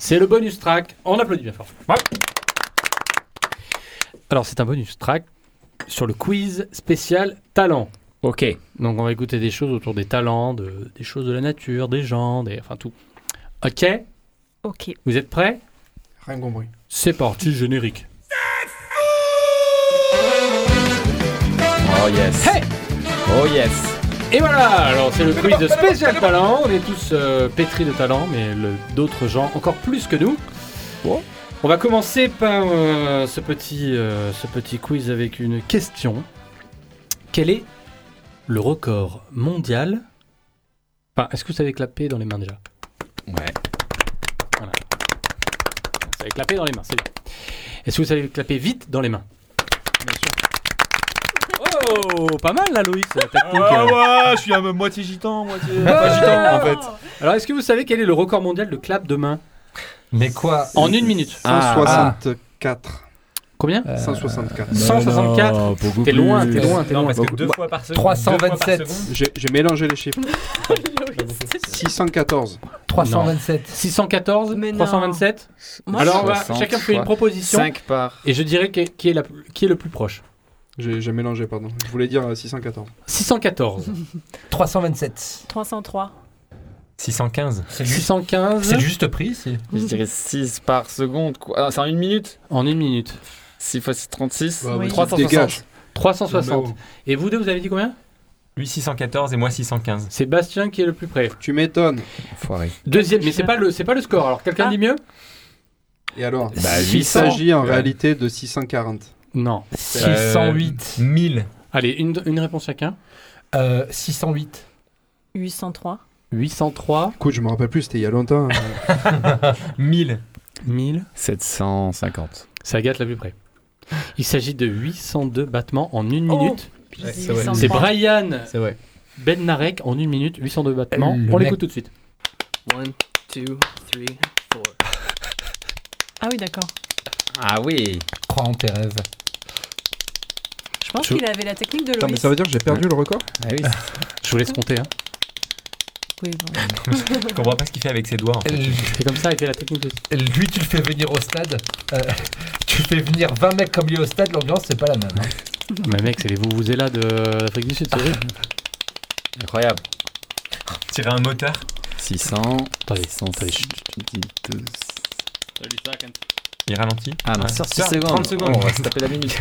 C'est le bonus track. On applaudit bien fort. Ouais. Alors, c'est un bonus track sur le quiz spécial talent. Ok. Donc, on va écouter des choses autour des talents, de- des choses de la nature, des gens, des, enfin tout. Ok, Ok. vous êtes prêts Rien compris. C'est parti, générique. Oh yes. Hey Oh yes. Et voilà, alors c'est le quiz de spécial talent. On est tous euh, pétris de talent, mais le- d'autres gens encore plus que nous. Ouais. On va commencer par euh, ce, petit, euh, ce petit quiz avec une question. Quel est le record mondial Enfin, Est-ce que vous savez clapper dans les mains déjà Ouais. Vous savez clapper dans les mains, c'est bien. Est-ce que vous savez clapper vite dans les mains Oh, pas mal là, Loïc, la technique. Ah, euh. Ah ouais, je suis à moitié gitan, moitié. Ah, pas gitan, en fait. Alors, est-ce que vous savez quel est le record mondial de clap de main Mais quoi En une minute. Ah, Euh, 164. Combien 164. 164. T'es loin, t'es loin, t'es Euh, Non, loin. parce que deux fois par seconde. 327. deux fois par seconde, J'ai j'ai mélangé les chiffres. Loïs. 614. 327. 614, Mais non. 327. Moi, Alors, on va- 60 chacun fait une fois proposition 5 par. et je dirais que- qui est, la, qui est le plus proche. J'ai j'ai mélangé, pardon. Je voulais dire euh, 614. 614, 327. 303. 615. C'est 615 juste prix, c'est. Je dirais 6 par seconde. quoi. Ah, c'est en une minute en une minute. 6 fois 6, 36. oui. 360. Dégage. 360. Et vous deux, vous avez dit combien Lui 614 et moi 615. C'est Bastien qui est le plus près. Tu m'étonnes. Enfoiré. Deuxième, mais c'est pas le, c'est pas le score. Alors, quelqu'un Ah. dit mieux Et alors Bah, Il 600. s'agit en Ouais. réalité de 640. Non. 608. 1000. Allez, une, une réponse chacun. Euh, 608. 803. 803, Écoute, je me rappelle plus, c'était il y a longtemps. hein. 1000. 1000. 750. Ça gâte la plus près. Il s'agit de 802 battements en une minute. Puis c'est vrai. 803. c'est Brian C'est vrai. Benarek en une minute, 802 battements. Le On mec- l'écoute tout de suite. One, two, three, four. Ah oui, d'accord. Ah oui. Crois en tes rêves. Je pense Je- qu'il avait la technique de Attends, mais Loïs. ça veut dire que j'ai perdu le record Ah oui. Je vous laisse compter. Hein. Oui, bon. Je comprends pas ce qu'il fait avec ses doigts. en fait. Lui, C'est comme ça, il fait la technique aussi. tu le fais venir au stade. euh, tu fais venir 20 mecs comme lui au stade, l'ambiance, c'est pas la même. hein. Mais mec, c'est les vous vous là de l'Afrique du Sud, c'est horrible. Incroyable. Tirer un moteur. 600. Attendez, 600. attendez, chut, Il ralentit. Ah non, Ouais. sur 6 Tiens, secondes. 30 secondes. Oh, on va se taper la minute.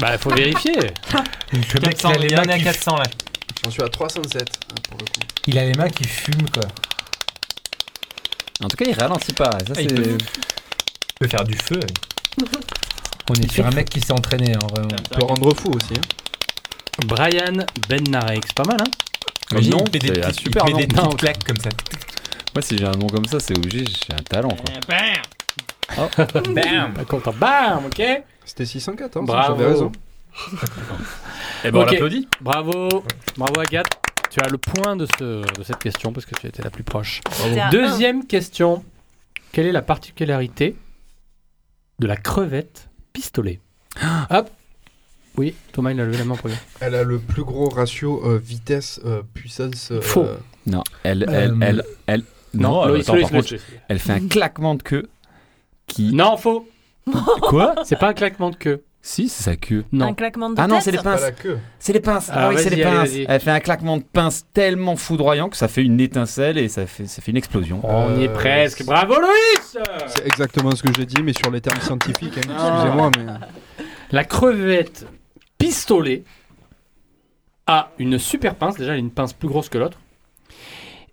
Bah, faut vérifier. Le mec, 400, il a les il y en mains a qui- 400 là. J'en suis à 307, hein, pour le coup. il a les mains qui fument, quoi. en tout cas, il ralentit pas. Ça, Ah, il c'est- peut- Il peut faire du feu. avec. On est sur un mec qui s'est entraîné, hein, en vrai. On peut rendre fou aussi. hein. Brian Benarek, c'est pas mal, hein Mais Imagine, non, il fait des, c'est un petites- il super fait nom. des Non. petites claques comme ça. Moi, si j'ai un nom comme ça, c'est obligé. J'ai un talent. Quoi. Bam Pas content. Bah, Bam, ok C'était 614, Bravo. hein, j'avais raison. Eh ben, Et on bon, on l'applaudit. l'applaudit. Bravo, bravo Agathe. Tu as le point de, ce- de cette question parce que tu étais la plus proche. C'était à Deuxième question. Quelle est la particularité de la crevette pistolet Ah. Hop Oui, Thomas, il a levé la main pour lui. Elle a le plus gros ratio euh, vitesse euh, puissance. euh, Faux. Non, elle, elle, Euh, elle, elle, non, Loïs, euh, attends, Loïs, par contre, Loïs. elle fait un claquement de queue qui. Non, faux Quoi C'est pas un claquement de queue. Si, c'est sa queue. un- Non. Un claquement de Ah non, tête. c'est les Pas pinces. la queue. C'est les pinces. Ah, Ah, oui, c'est vas-y, les allez, pinces. vas-y. Elle fait un claquement de pinces tellement foudroyant que ça fait une étincelle et ça fait, ça fait une explosion. On y est Euh, presque. Bravo Loïs Ah. C'est exactement ce que j'ai dit, mais sur les termes scientifiques. hein. Excusez-moi, mais. euh. La crevette pistolet a une super pince. Déjà, elle a une pince plus grosse que l'autre.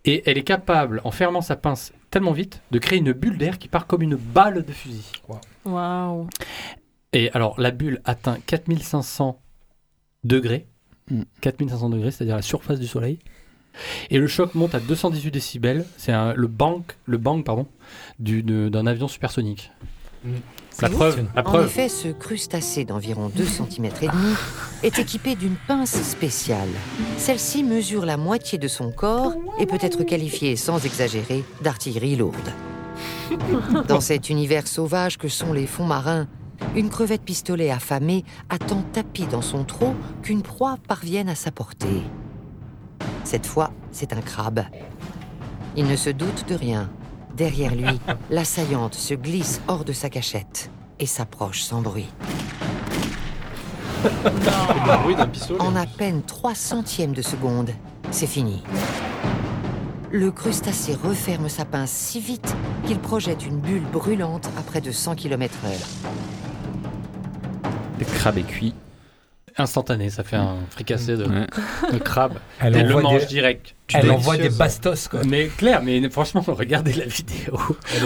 Et elle est capable, en fermant sa pince tellement vite, de créer une bulle d'air qui part comme une balle de fusil. Waouh. Et alors, la bulle atteint 4500 degrés. Mm. 4500 degrés, c'est-à-dire la surface du soleil. Et le choc monte à 218 décibels. C'est un- le bang, le bang pardon, du- de- d'un avion supersonique. Mm. La preuve, la En preuve. effet, ce crustacé d'environ 2 cm et demi est équipé d'une pince spéciale. Celle-ci mesure la moitié de son corps et peut être qualifiée, sans exagérer, d'artillerie lourde. Dans cet univers sauvage que sont les fonds marins, une crevette pistolet affamée attend tapis dans son trou qu'une proie parvienne à sa portée. Cette fois, c'est un crabe. Il ne se doute de rien. Derrière lui, l'assaillante se glisse hors de sa cachette et s'approche sans bruit. Le bruit d'un pistolet. En à peine 3 centièmes de seconde, c'est fini. Le crustacé referme sa pince si vite qu'il projette une bulle brûlante à près de 100 km/h. Le crabe est cuit. Instantané, ça fait un fricassé de, Ouais. de crabe. Elle Elle le envoie mange des- direct. elle délicieuse. envoie des bastos, quoi. Mais clair, mais franchement, regardez la vidéo.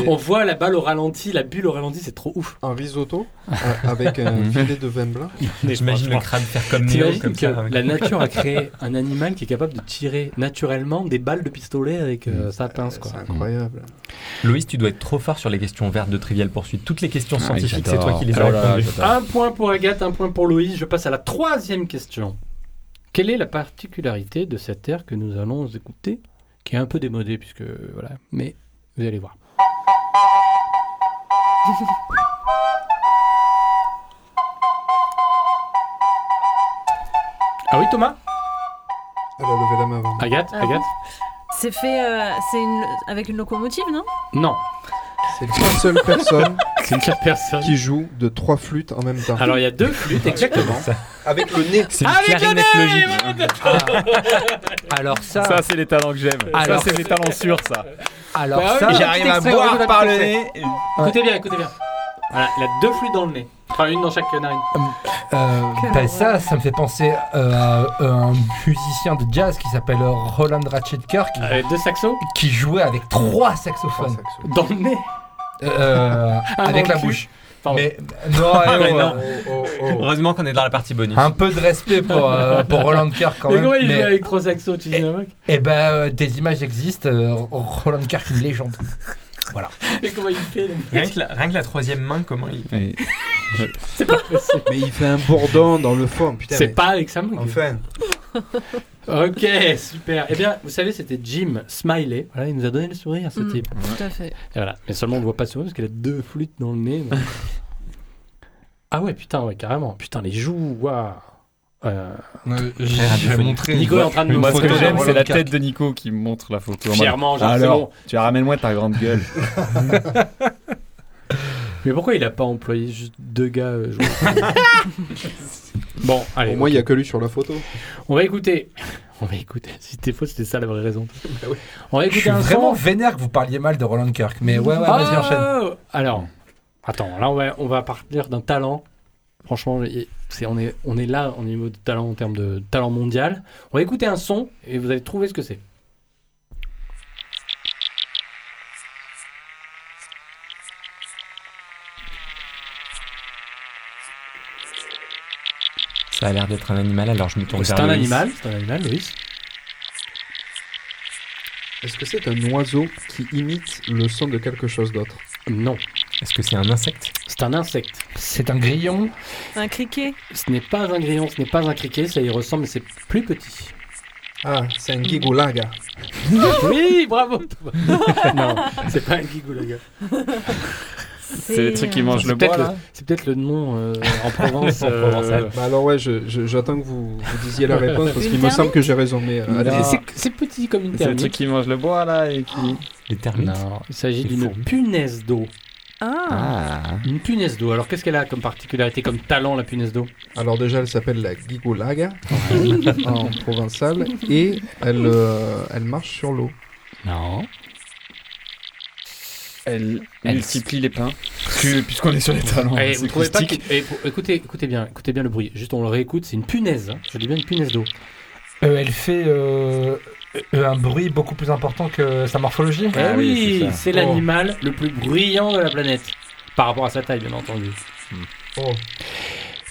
On voit la balle au ralenti, la bulle au ralenti, c'est trop ouf. Un risotto euh, avec un filet de vin blanc. J'imagine le Franchement. crabe faire comme Néo, T'imagines comme que ça. avec- la nature a créé un animal qui est capable de tirer naturellement des balles de pistolet avec euh, sa pince, quoi. Mm. C'est incroyable. Loïs, tu dois être trop fort sur les questions vertes de Trivial Poursuite. Toutes les questions Ah, scientifiques, c'est j'adore. toi qui les as Oh là là, répondues. j'adore. Un point pour Agathe, un point pour Loïs. Je passe à la troisième question. Quelle est la particularité de cette air que nous allons écouter, qui est un peu démodée, puisque voilà, mais vous allez voir. Ah oui Thomas Elle a levé la main avant. Agathe Ah Agathe C'est fait euh, c'est une, avec une locomotive, non Non, Ah. C'est la seule personne c'est une seule personne. qui joue de trois flûtes en même temps. Alors il y a deux flûtes exactement. Avec le nez. C'est Ah, Avec le clarinette nez, logique. Alors Ça, c'est les talents que j'aime. Alors- ça, c'est les talents sûrs, ça. alors ça, J'arrive à boire par le nez. Écoutez bien, écoutez bien. Voilà, il a deux flûtes dans le nez. Enfin, une dans chaque narine. Euh, Quelle bah, horreur. ça, ça me fait penser euh, à un musicien de jazz qui s'appelle Roland Ratchetkirk Euh, deux saxos qui jouait avec trois Trois saxophones saxos. dans le nez. euh, avec dans la le cul. bouche. Pardon. Mais non, eh, allez, mais on- non. Oh, oh. Heureusement qu'on est dans la partie bonus. un peu de respect pour, euh, pour Roland Kirk quand Mais même. comment il Mais- joue avec trois saxos, tu dis un mec Eh ben, euh, des images existent. euh, Roland Kirk, une légende. Mais comment il fait le mec Rien que, la, rien que la troisième main, comment il. C'est pas possible. Mais il fait un bourdon dans le fond, putain. C'est mais- pas avec sa main. Enfin. Ok, super. Eh bien, vous savez, c'était Jim Smiley. Voilà, il nous a donné le sourire, ce Mm. type. Tout à fait. Et voilà. Mais seulement, on ne voit pas sourire parce qu'il a deux flûtes dans le nez. donc. ah ouais, putain, ouais, carrément. Putain, les joues, waouh. Euh, je vais montrer. Nico est en train de nous Moi, ce montrer. que j'aime, c'est Roland la Kirk. tête de Nico qui montre la photo. en mode, Fièrement, genre, c'est bon. Alors, tu ramènes-moi ta grande gueule. Mais pourquoi il a pas employé juste deux gars euh, joueurs Bon, allez. Au moins, il n'y a que lui sur la photo. On va écouter. On va écouter. Si c'était faux, c'était ça la vraie raison. oui. On va Ah Je suis écouter un vraiment son. vénère que vous parliez mal de Roland Kirk. Mais ouais, ouais, vas-y, enchaîne. Oh Alors, attends. Là, on va, on va partir d'un talent. Franchement, il- c'est, on, est, on est là au niveau de talent en termes de talent mondial. On va écouter un son et vous allez trouver ce que c'est. Ça a l'air d'être un animal, alors je me tourne c'est vers un Loïs. animal. C'est un animal, Loïs. Est-ce que c'est un oiseau qui imite le son de quelque chose d'autre Non, Est-ce que c'est un insecte c'est un insecte. C'est un grillon. Un criquet. Ce n'est pas un grillon, ce n'est pas un criquet, ça y ressemble, mais c'est plus petit. Ah, c'est un gigolaga. Oui, bravo Thomas. Non, c'est pas un guigou, le gars. C'est les euh, trucs qui mangent C'est le bois, peut-être là. le, c'est peut-être le nom euh, en Provence. euh, En provençal. Bah alors ouais, je- je- j'attends que vous, vous disiez la réponse parce Une qu'il me termite semble que j'ai raison. Mais euh, allez. Mais c'est, c'est petit comme une C'est le truc termite. qui mange le bois, là, et qui. Les termites Non, il s'agit Des d'une fourmis. punaise d'eau. Ah, Ah. Une punaise d'eau. Alors qu'est-ce qu'elle a comme particularité, comme talent, la punaise d'eau alors déjà, elle s'appelle la gigolaga en provençal et elle, euh, elle marche sur l'eau. Non. Elle, Elle- multiplie les pains. Puisqu'on est sur les talents, Eh, vous c'est trouvez pas acoustique. qu'il- eh, pour- écoutez, écoutez bien, écoutez bien le bruit. Juste, on le réécoute. C'est une punaise. hein. Je dis bien une punaise d'eau. Euh, elle fait euh, euh, un bruit beaucoup plus important que sa morphologie. Ah Eh oui, c'est ça. c'est l'animal le plus bruyant de la planète par rapport à sa taille, bien entendu. Oh,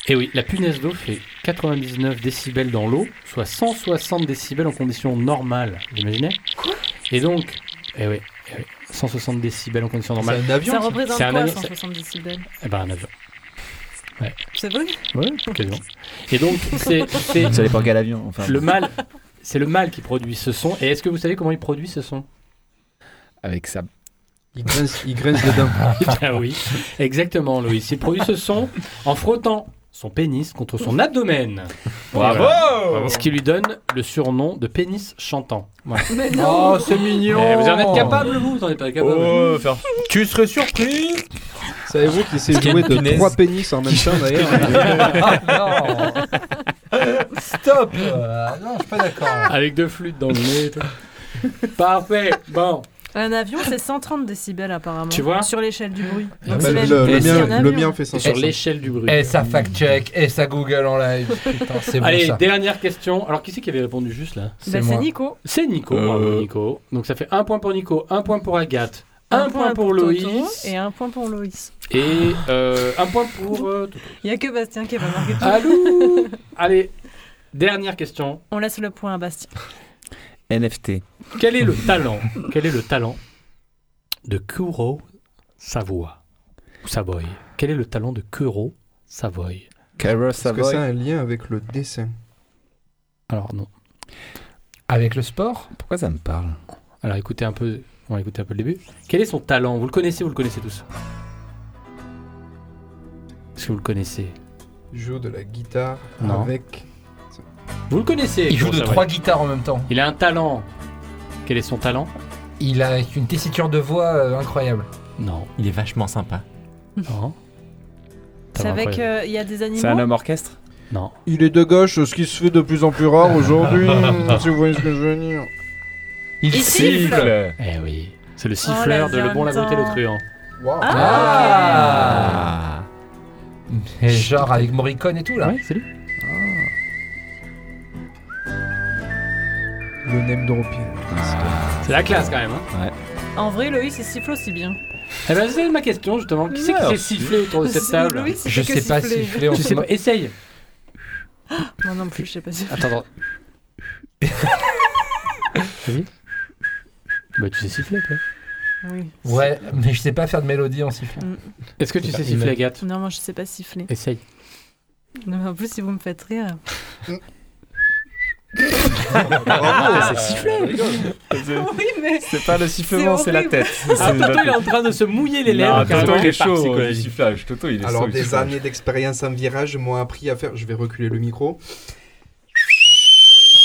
Et oui, la punaise d'eau fait 99 décibels dans l'eau, soit 160 décibels en conditions normales, vous imaginez Quoi Et donc, eh oui, eh oui, 160 décibels en conditions c'est normales, un ça avion. ça. représente c'est un quoi avion, c'est- 170 décibels eh ben un avion. C'est vrai Ouais, quasiment. Et donc, c'est c'est Ça dépend quel avion, enfin. le mâle, c'est le mâle qui produit ce son. Et est-ce que vous savez comment il produit ce son Avec sa. Il ben grince, il grince des dents. Ah oui, exactement, Loïs. Il produit ce son en frottant son pénis contre son abdomen. Bravo Voilà. Ce qui lui donne le surnom de pénis chantant. Euh, Mais Oh, c'est mignon Eh, vous en êtes capable, vous Vous en êtes pas capable Mmh. Oh, faire Tu serais surpris Savez-vous qu'il s'est qu'il y a joué une de punaise. trois pénis en même temps d'ailleurs Ah non Stop euh, Non, je suis pas d'accord. Avec deux flûtes dans le nez et tout. Parfait Bon Un avion, c'est 130 décibels apparemment. Tu vois Sur l'échelle du bruit. Ah Donc, bah, Bah, c'est même le, le Et plus qu'un mien, le avion. mien fait Sur 500. l'échelle du bruit. Et ça fact-check, et ça Google en live. Putain, c'est eh, bon Allez, ça. dernière question. Alors, qui c'est qui avait répondu juste là Bah, moi. c'est Nico. C'est Nico. Euh. bravo, Nico. Donc, ça fait un point pour Nico, un point pour Agathe, un, point, pour, Toto Loïs Et un point pour Loïs. et, euh, un point pour. euh, Toto. Il n'y a que Bastien qui n'a pas marqué de point. Allô Allez, dernière question. On laisse le point à Bastien. NFT. Quel est le talent Quel est le talent de Kuro Savoie ou Savoy Quel est le talent de Kuro Savoy Kyra Est-ce que ça a Savoy. un lien avec le dessin Alors non. Avec le sport Pourquoi ça me parle Alors écoutez un peu. On va écouter un peu le début. Quel est son talent Vous le connaissez, vous le connaissez tous. Est-ce que vous le connaissez Il joue de la guitare Non. avec. Vous le connaissez Il joue Kuro de Savoy. trois guitares en même temps. Il a un talent. Quel est son talent Il a une tessiture de voix euh, incroyable. Non. Il est vachement sympa. Non. C'est Talent avec. incroyable. euh, Il y a des C'est un animaux. homme orchestre Non. Il est de gauche, ce qui se fait de plus en plus rare aujourd'hui, si vous voyez ce que je veux dire. Il, Eh oui. C'est le Oh, siffleur la de Le Bon, la Brute et le Zamzam. Truand. Waouh. Ah, Ah. Et Genre avec Morricone et tout là. Ouais, Ah c'est lui. Le name dropping. Ah. C'est la classe quand même. hein. En vrai, Loïs, il siffle aussi bien. Eh ben, c'est ma question justement. Qui c'est qui s'est sifflé autour de Oh, cette C'est- table Loïs, il Je fait que sais pas siffler. siffler en Tu sais ce pas, moment. essaye. Moi non plus, je sais pas si. Attends, attends. Vas-y. Bah, tu sais siffler, toi. Oui. Ouais, mais je sais pas faire de mélodie en sifflant. Mm. Est-ce que tu sais pas siffler, humain. Agathe Non, moi je sais pas siffler. Essaye. Non, mais en plus, si vous me faites rire. Bravo, c'est siffler. oui, mais. C'est pas le sifflement, C'est c'est la horrible. tête. Ah, Toto, il est en train de se mouiller les lèvres. Non, carrément. Toto, il est Répare chaud euh, du psychologique. sifflage. Toto, il est chaud Alors, du des sifflage. années d'expérience en virage m'ont appris à faire. Je vais reculer le micro.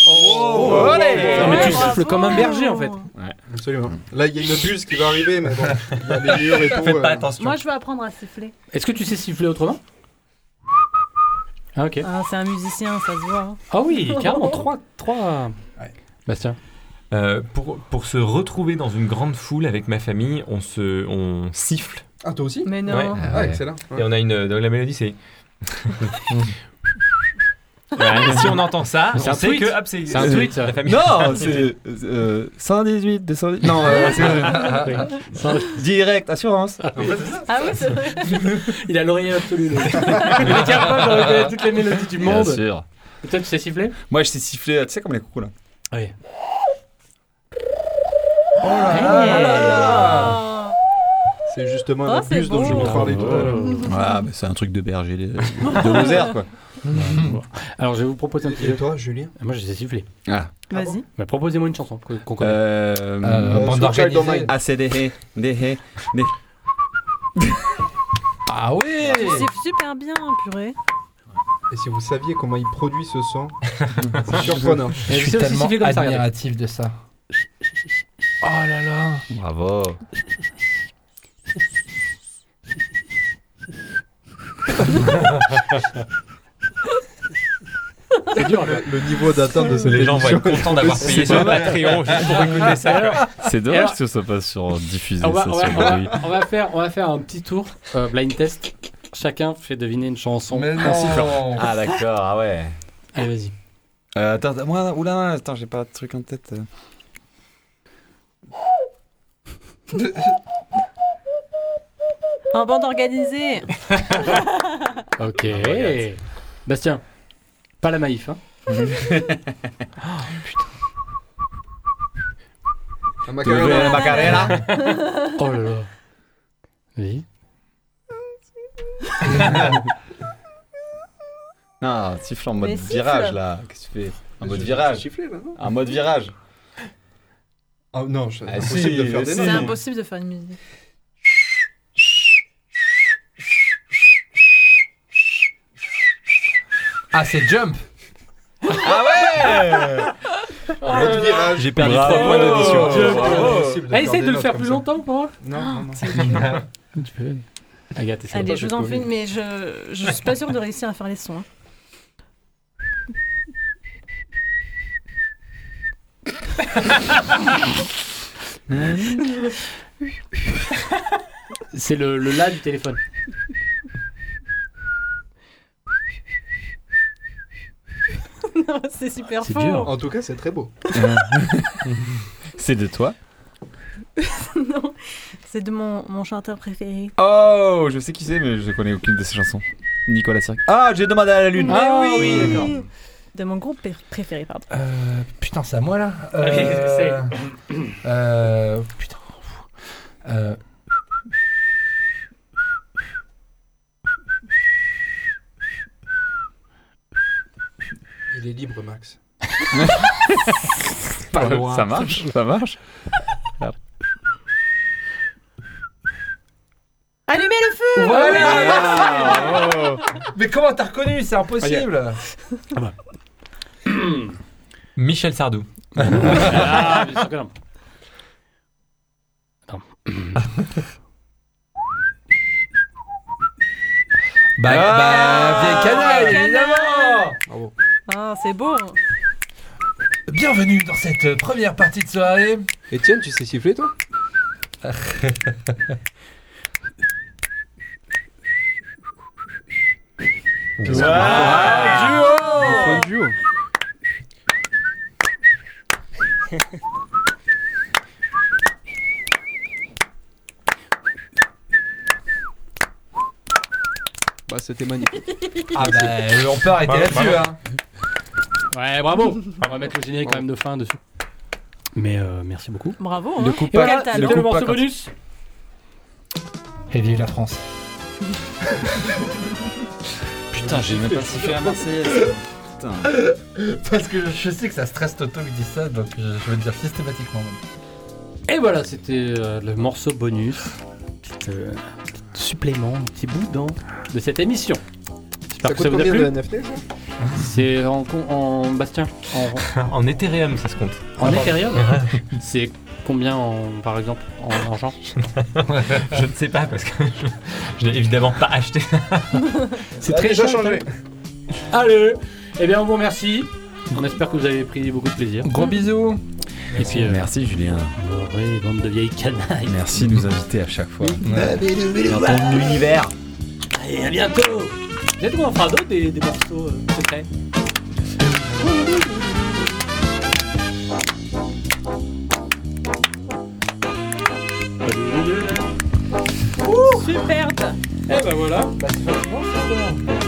Oh, allez Non, mais tu Ouais, siffles bravo. comme un berger, en fait. Absolument. Là, il y a une buse qui va arriver, mais bon, il y a des murs et tout. Faites euh, pas attention. Moi je veux apprendre à siffler. Est-ce que tu sais siffler autrement Ah, ok. Ah, c'est un musicien, ça se voit. hein. Ah oui, carrément, 3. 3... Ouais. Bastien. Euh, pour, pour se retrouver dans une grande foule avec ma famille, on se on siffle. Ah, toi aussi Mais non. Ouais. Ah, ouais. excellent. Et Ouais. on a une. Donc la mélodie, c'est. Voilà, et si on entend ça, Mais c'est on un sait tweet. que. hop, c'est C'est un tweet, ça. La famille. Non, Ah, c'est euh, 118, 218. Non, euh, c'est- direct, assurance. Ah oui, c'est vrai. Il a l'oreille absolue. le mec. Il est capable de reconnaître oh, toutes les mélodies du Bien monde. sûr. Et Toi, tu sais siffler Moi, je sais siffler, tu sais, comme les coucous là. Oui. Ah. C'est justement Oh, la c'est buse dont je beau. vous parlais tout à l'heure. Oh, Ah, mais c'est un truc de berger de, de Lozère, quoi. Alors, je vais vous proposer un petit Et jeu. toi, Julien Moi, je sais siffler. Ah. Vas-y. Bah, proposez-moi une chanson que- qu'on connaît. Euh, Euh, Euh, bande sur Child of organisée. Mine. Ah, c'est des haies, des haies. Ah oui Tu siffles super bien, purée. Et si vous saviez comment il produit ce son, c'est surprenant. Je Je suis sais aussi tellement siffler comme ça, regardez. admiratif de ça. Oh là là Bravo. C'est dur, le, le niveau d'attente de cette Les gens vont être émission. contents d'avoir payé sur Patreon juste pour écouter ça. C'est dommage Alors- que ça passe sur diffusé, Ah, on, va, on, va, on va- on va faire, on va faire un petit tour euh, blind test. Chacun fait deviner une chanson. Mais non Ah, d'accord, ah ouais. Allez, vas-y. Euh, attends, attends, moi, oula, attends, j'ai pas de truc en tête. euh. En bande organisée. Ok. Bastien, pas la maïf. Hein. Ah, Macarena. Macarena. Oh là là. Oui. Non, siffle en Mais mode siffle. virage là. Qu'est-ce que tu fais En mode virage. Chifflé, là, non En mode virage. Ah, Non, je- Ah, impossible si, de faire si. des C'est notes. impossible de faire une musique. Ah, c'est jump Ah ouais Ah, L'autre virage. J'ai perdu Bravo. trois points d'addition. Dieu. Bravo. Ah, essaye de le faire plus longtemps pour moi. Non, non, non. Tu peux. Agathe, essaye. Allez, je vous en fais une, mais je, je suis pas sûre de réussir à faire les sons. hein. C'est le, le la du téléphone. Non, c'est super C'est faux. dur. En tout cas, c'est très beau. C'est de toi. Non, c'est de mon, mon chanteur préféré. Oh, je sais qui c'est, mais je connais aucune de ses chansons. Nicolas Cirque. Ah, j'ai demandé à la lune. Ah oui, d'accord. De mon groupe pr- préféré, pardon. Euh, Putain, c'est à moi là Allez, euh... euh, Putain. Euh... Il est libre, Max. Pas loin. Ça marche, ça marche. Allumez le feu Ah Voilà Oh. Mais comment t'as reconnu C'est impossible Michel Sardou. Ah, bien sûr que non. Bah, Ah. bah, vieille canaille, Vieille évidemment Bravo. Ah, c'est beau Bienvenue dans cette euh, première partie de soirée. Étienne, tu sais siffler, toi Ah, duo Bah, c'était magnifique. Ah bah, euh, on peut arrêter Bravo, là-dessus, hein. Ouais, bravo. On va mettre le générique quand même de fin dessus. Mais euh, merci beaucoup. Bravo hein. Le coup Et voilà, pas, talent. le c'était le coup pas morceau quand- bonus. bah. Et vive la France. Putain, j'ai même pas sifflé à Marseille. Putain. Parce que je, je sais que ça stresse Toto qui dit ça, donc je, je vais le dire systématiquement. Et voilà, c'était euh, le morceau bonus. Petit, euh, petit supplément, un petit bout dans de cette émission. J'espère Ça que ça coûte vous a combien de plu. NFT, ça C'est en, con- en Bastien, en, En Ethereum, ça se compte. en Ethereum. C'est combien en, par exemple en argent Je ne sais pas parce que je, je n'ai évidemment pas acheté. C'est hein. Ça a Ah, déjà changé. Allez, eh bien on vous remercie. On espère que vous avez pris beaucoup de plaisir. Gros bisous Et puis, euh, Merci Julien. ouais, bande de vieilles canailles. Merci de nous inviter à chaque fois. Dans ton univers. Allez, à bientôt. Peut-être qu'on en fera d'autres des, des morceaux euh, secrets. Superbe Eh ben voilà. Eh ben Bah, c'est franchement, c'est bon.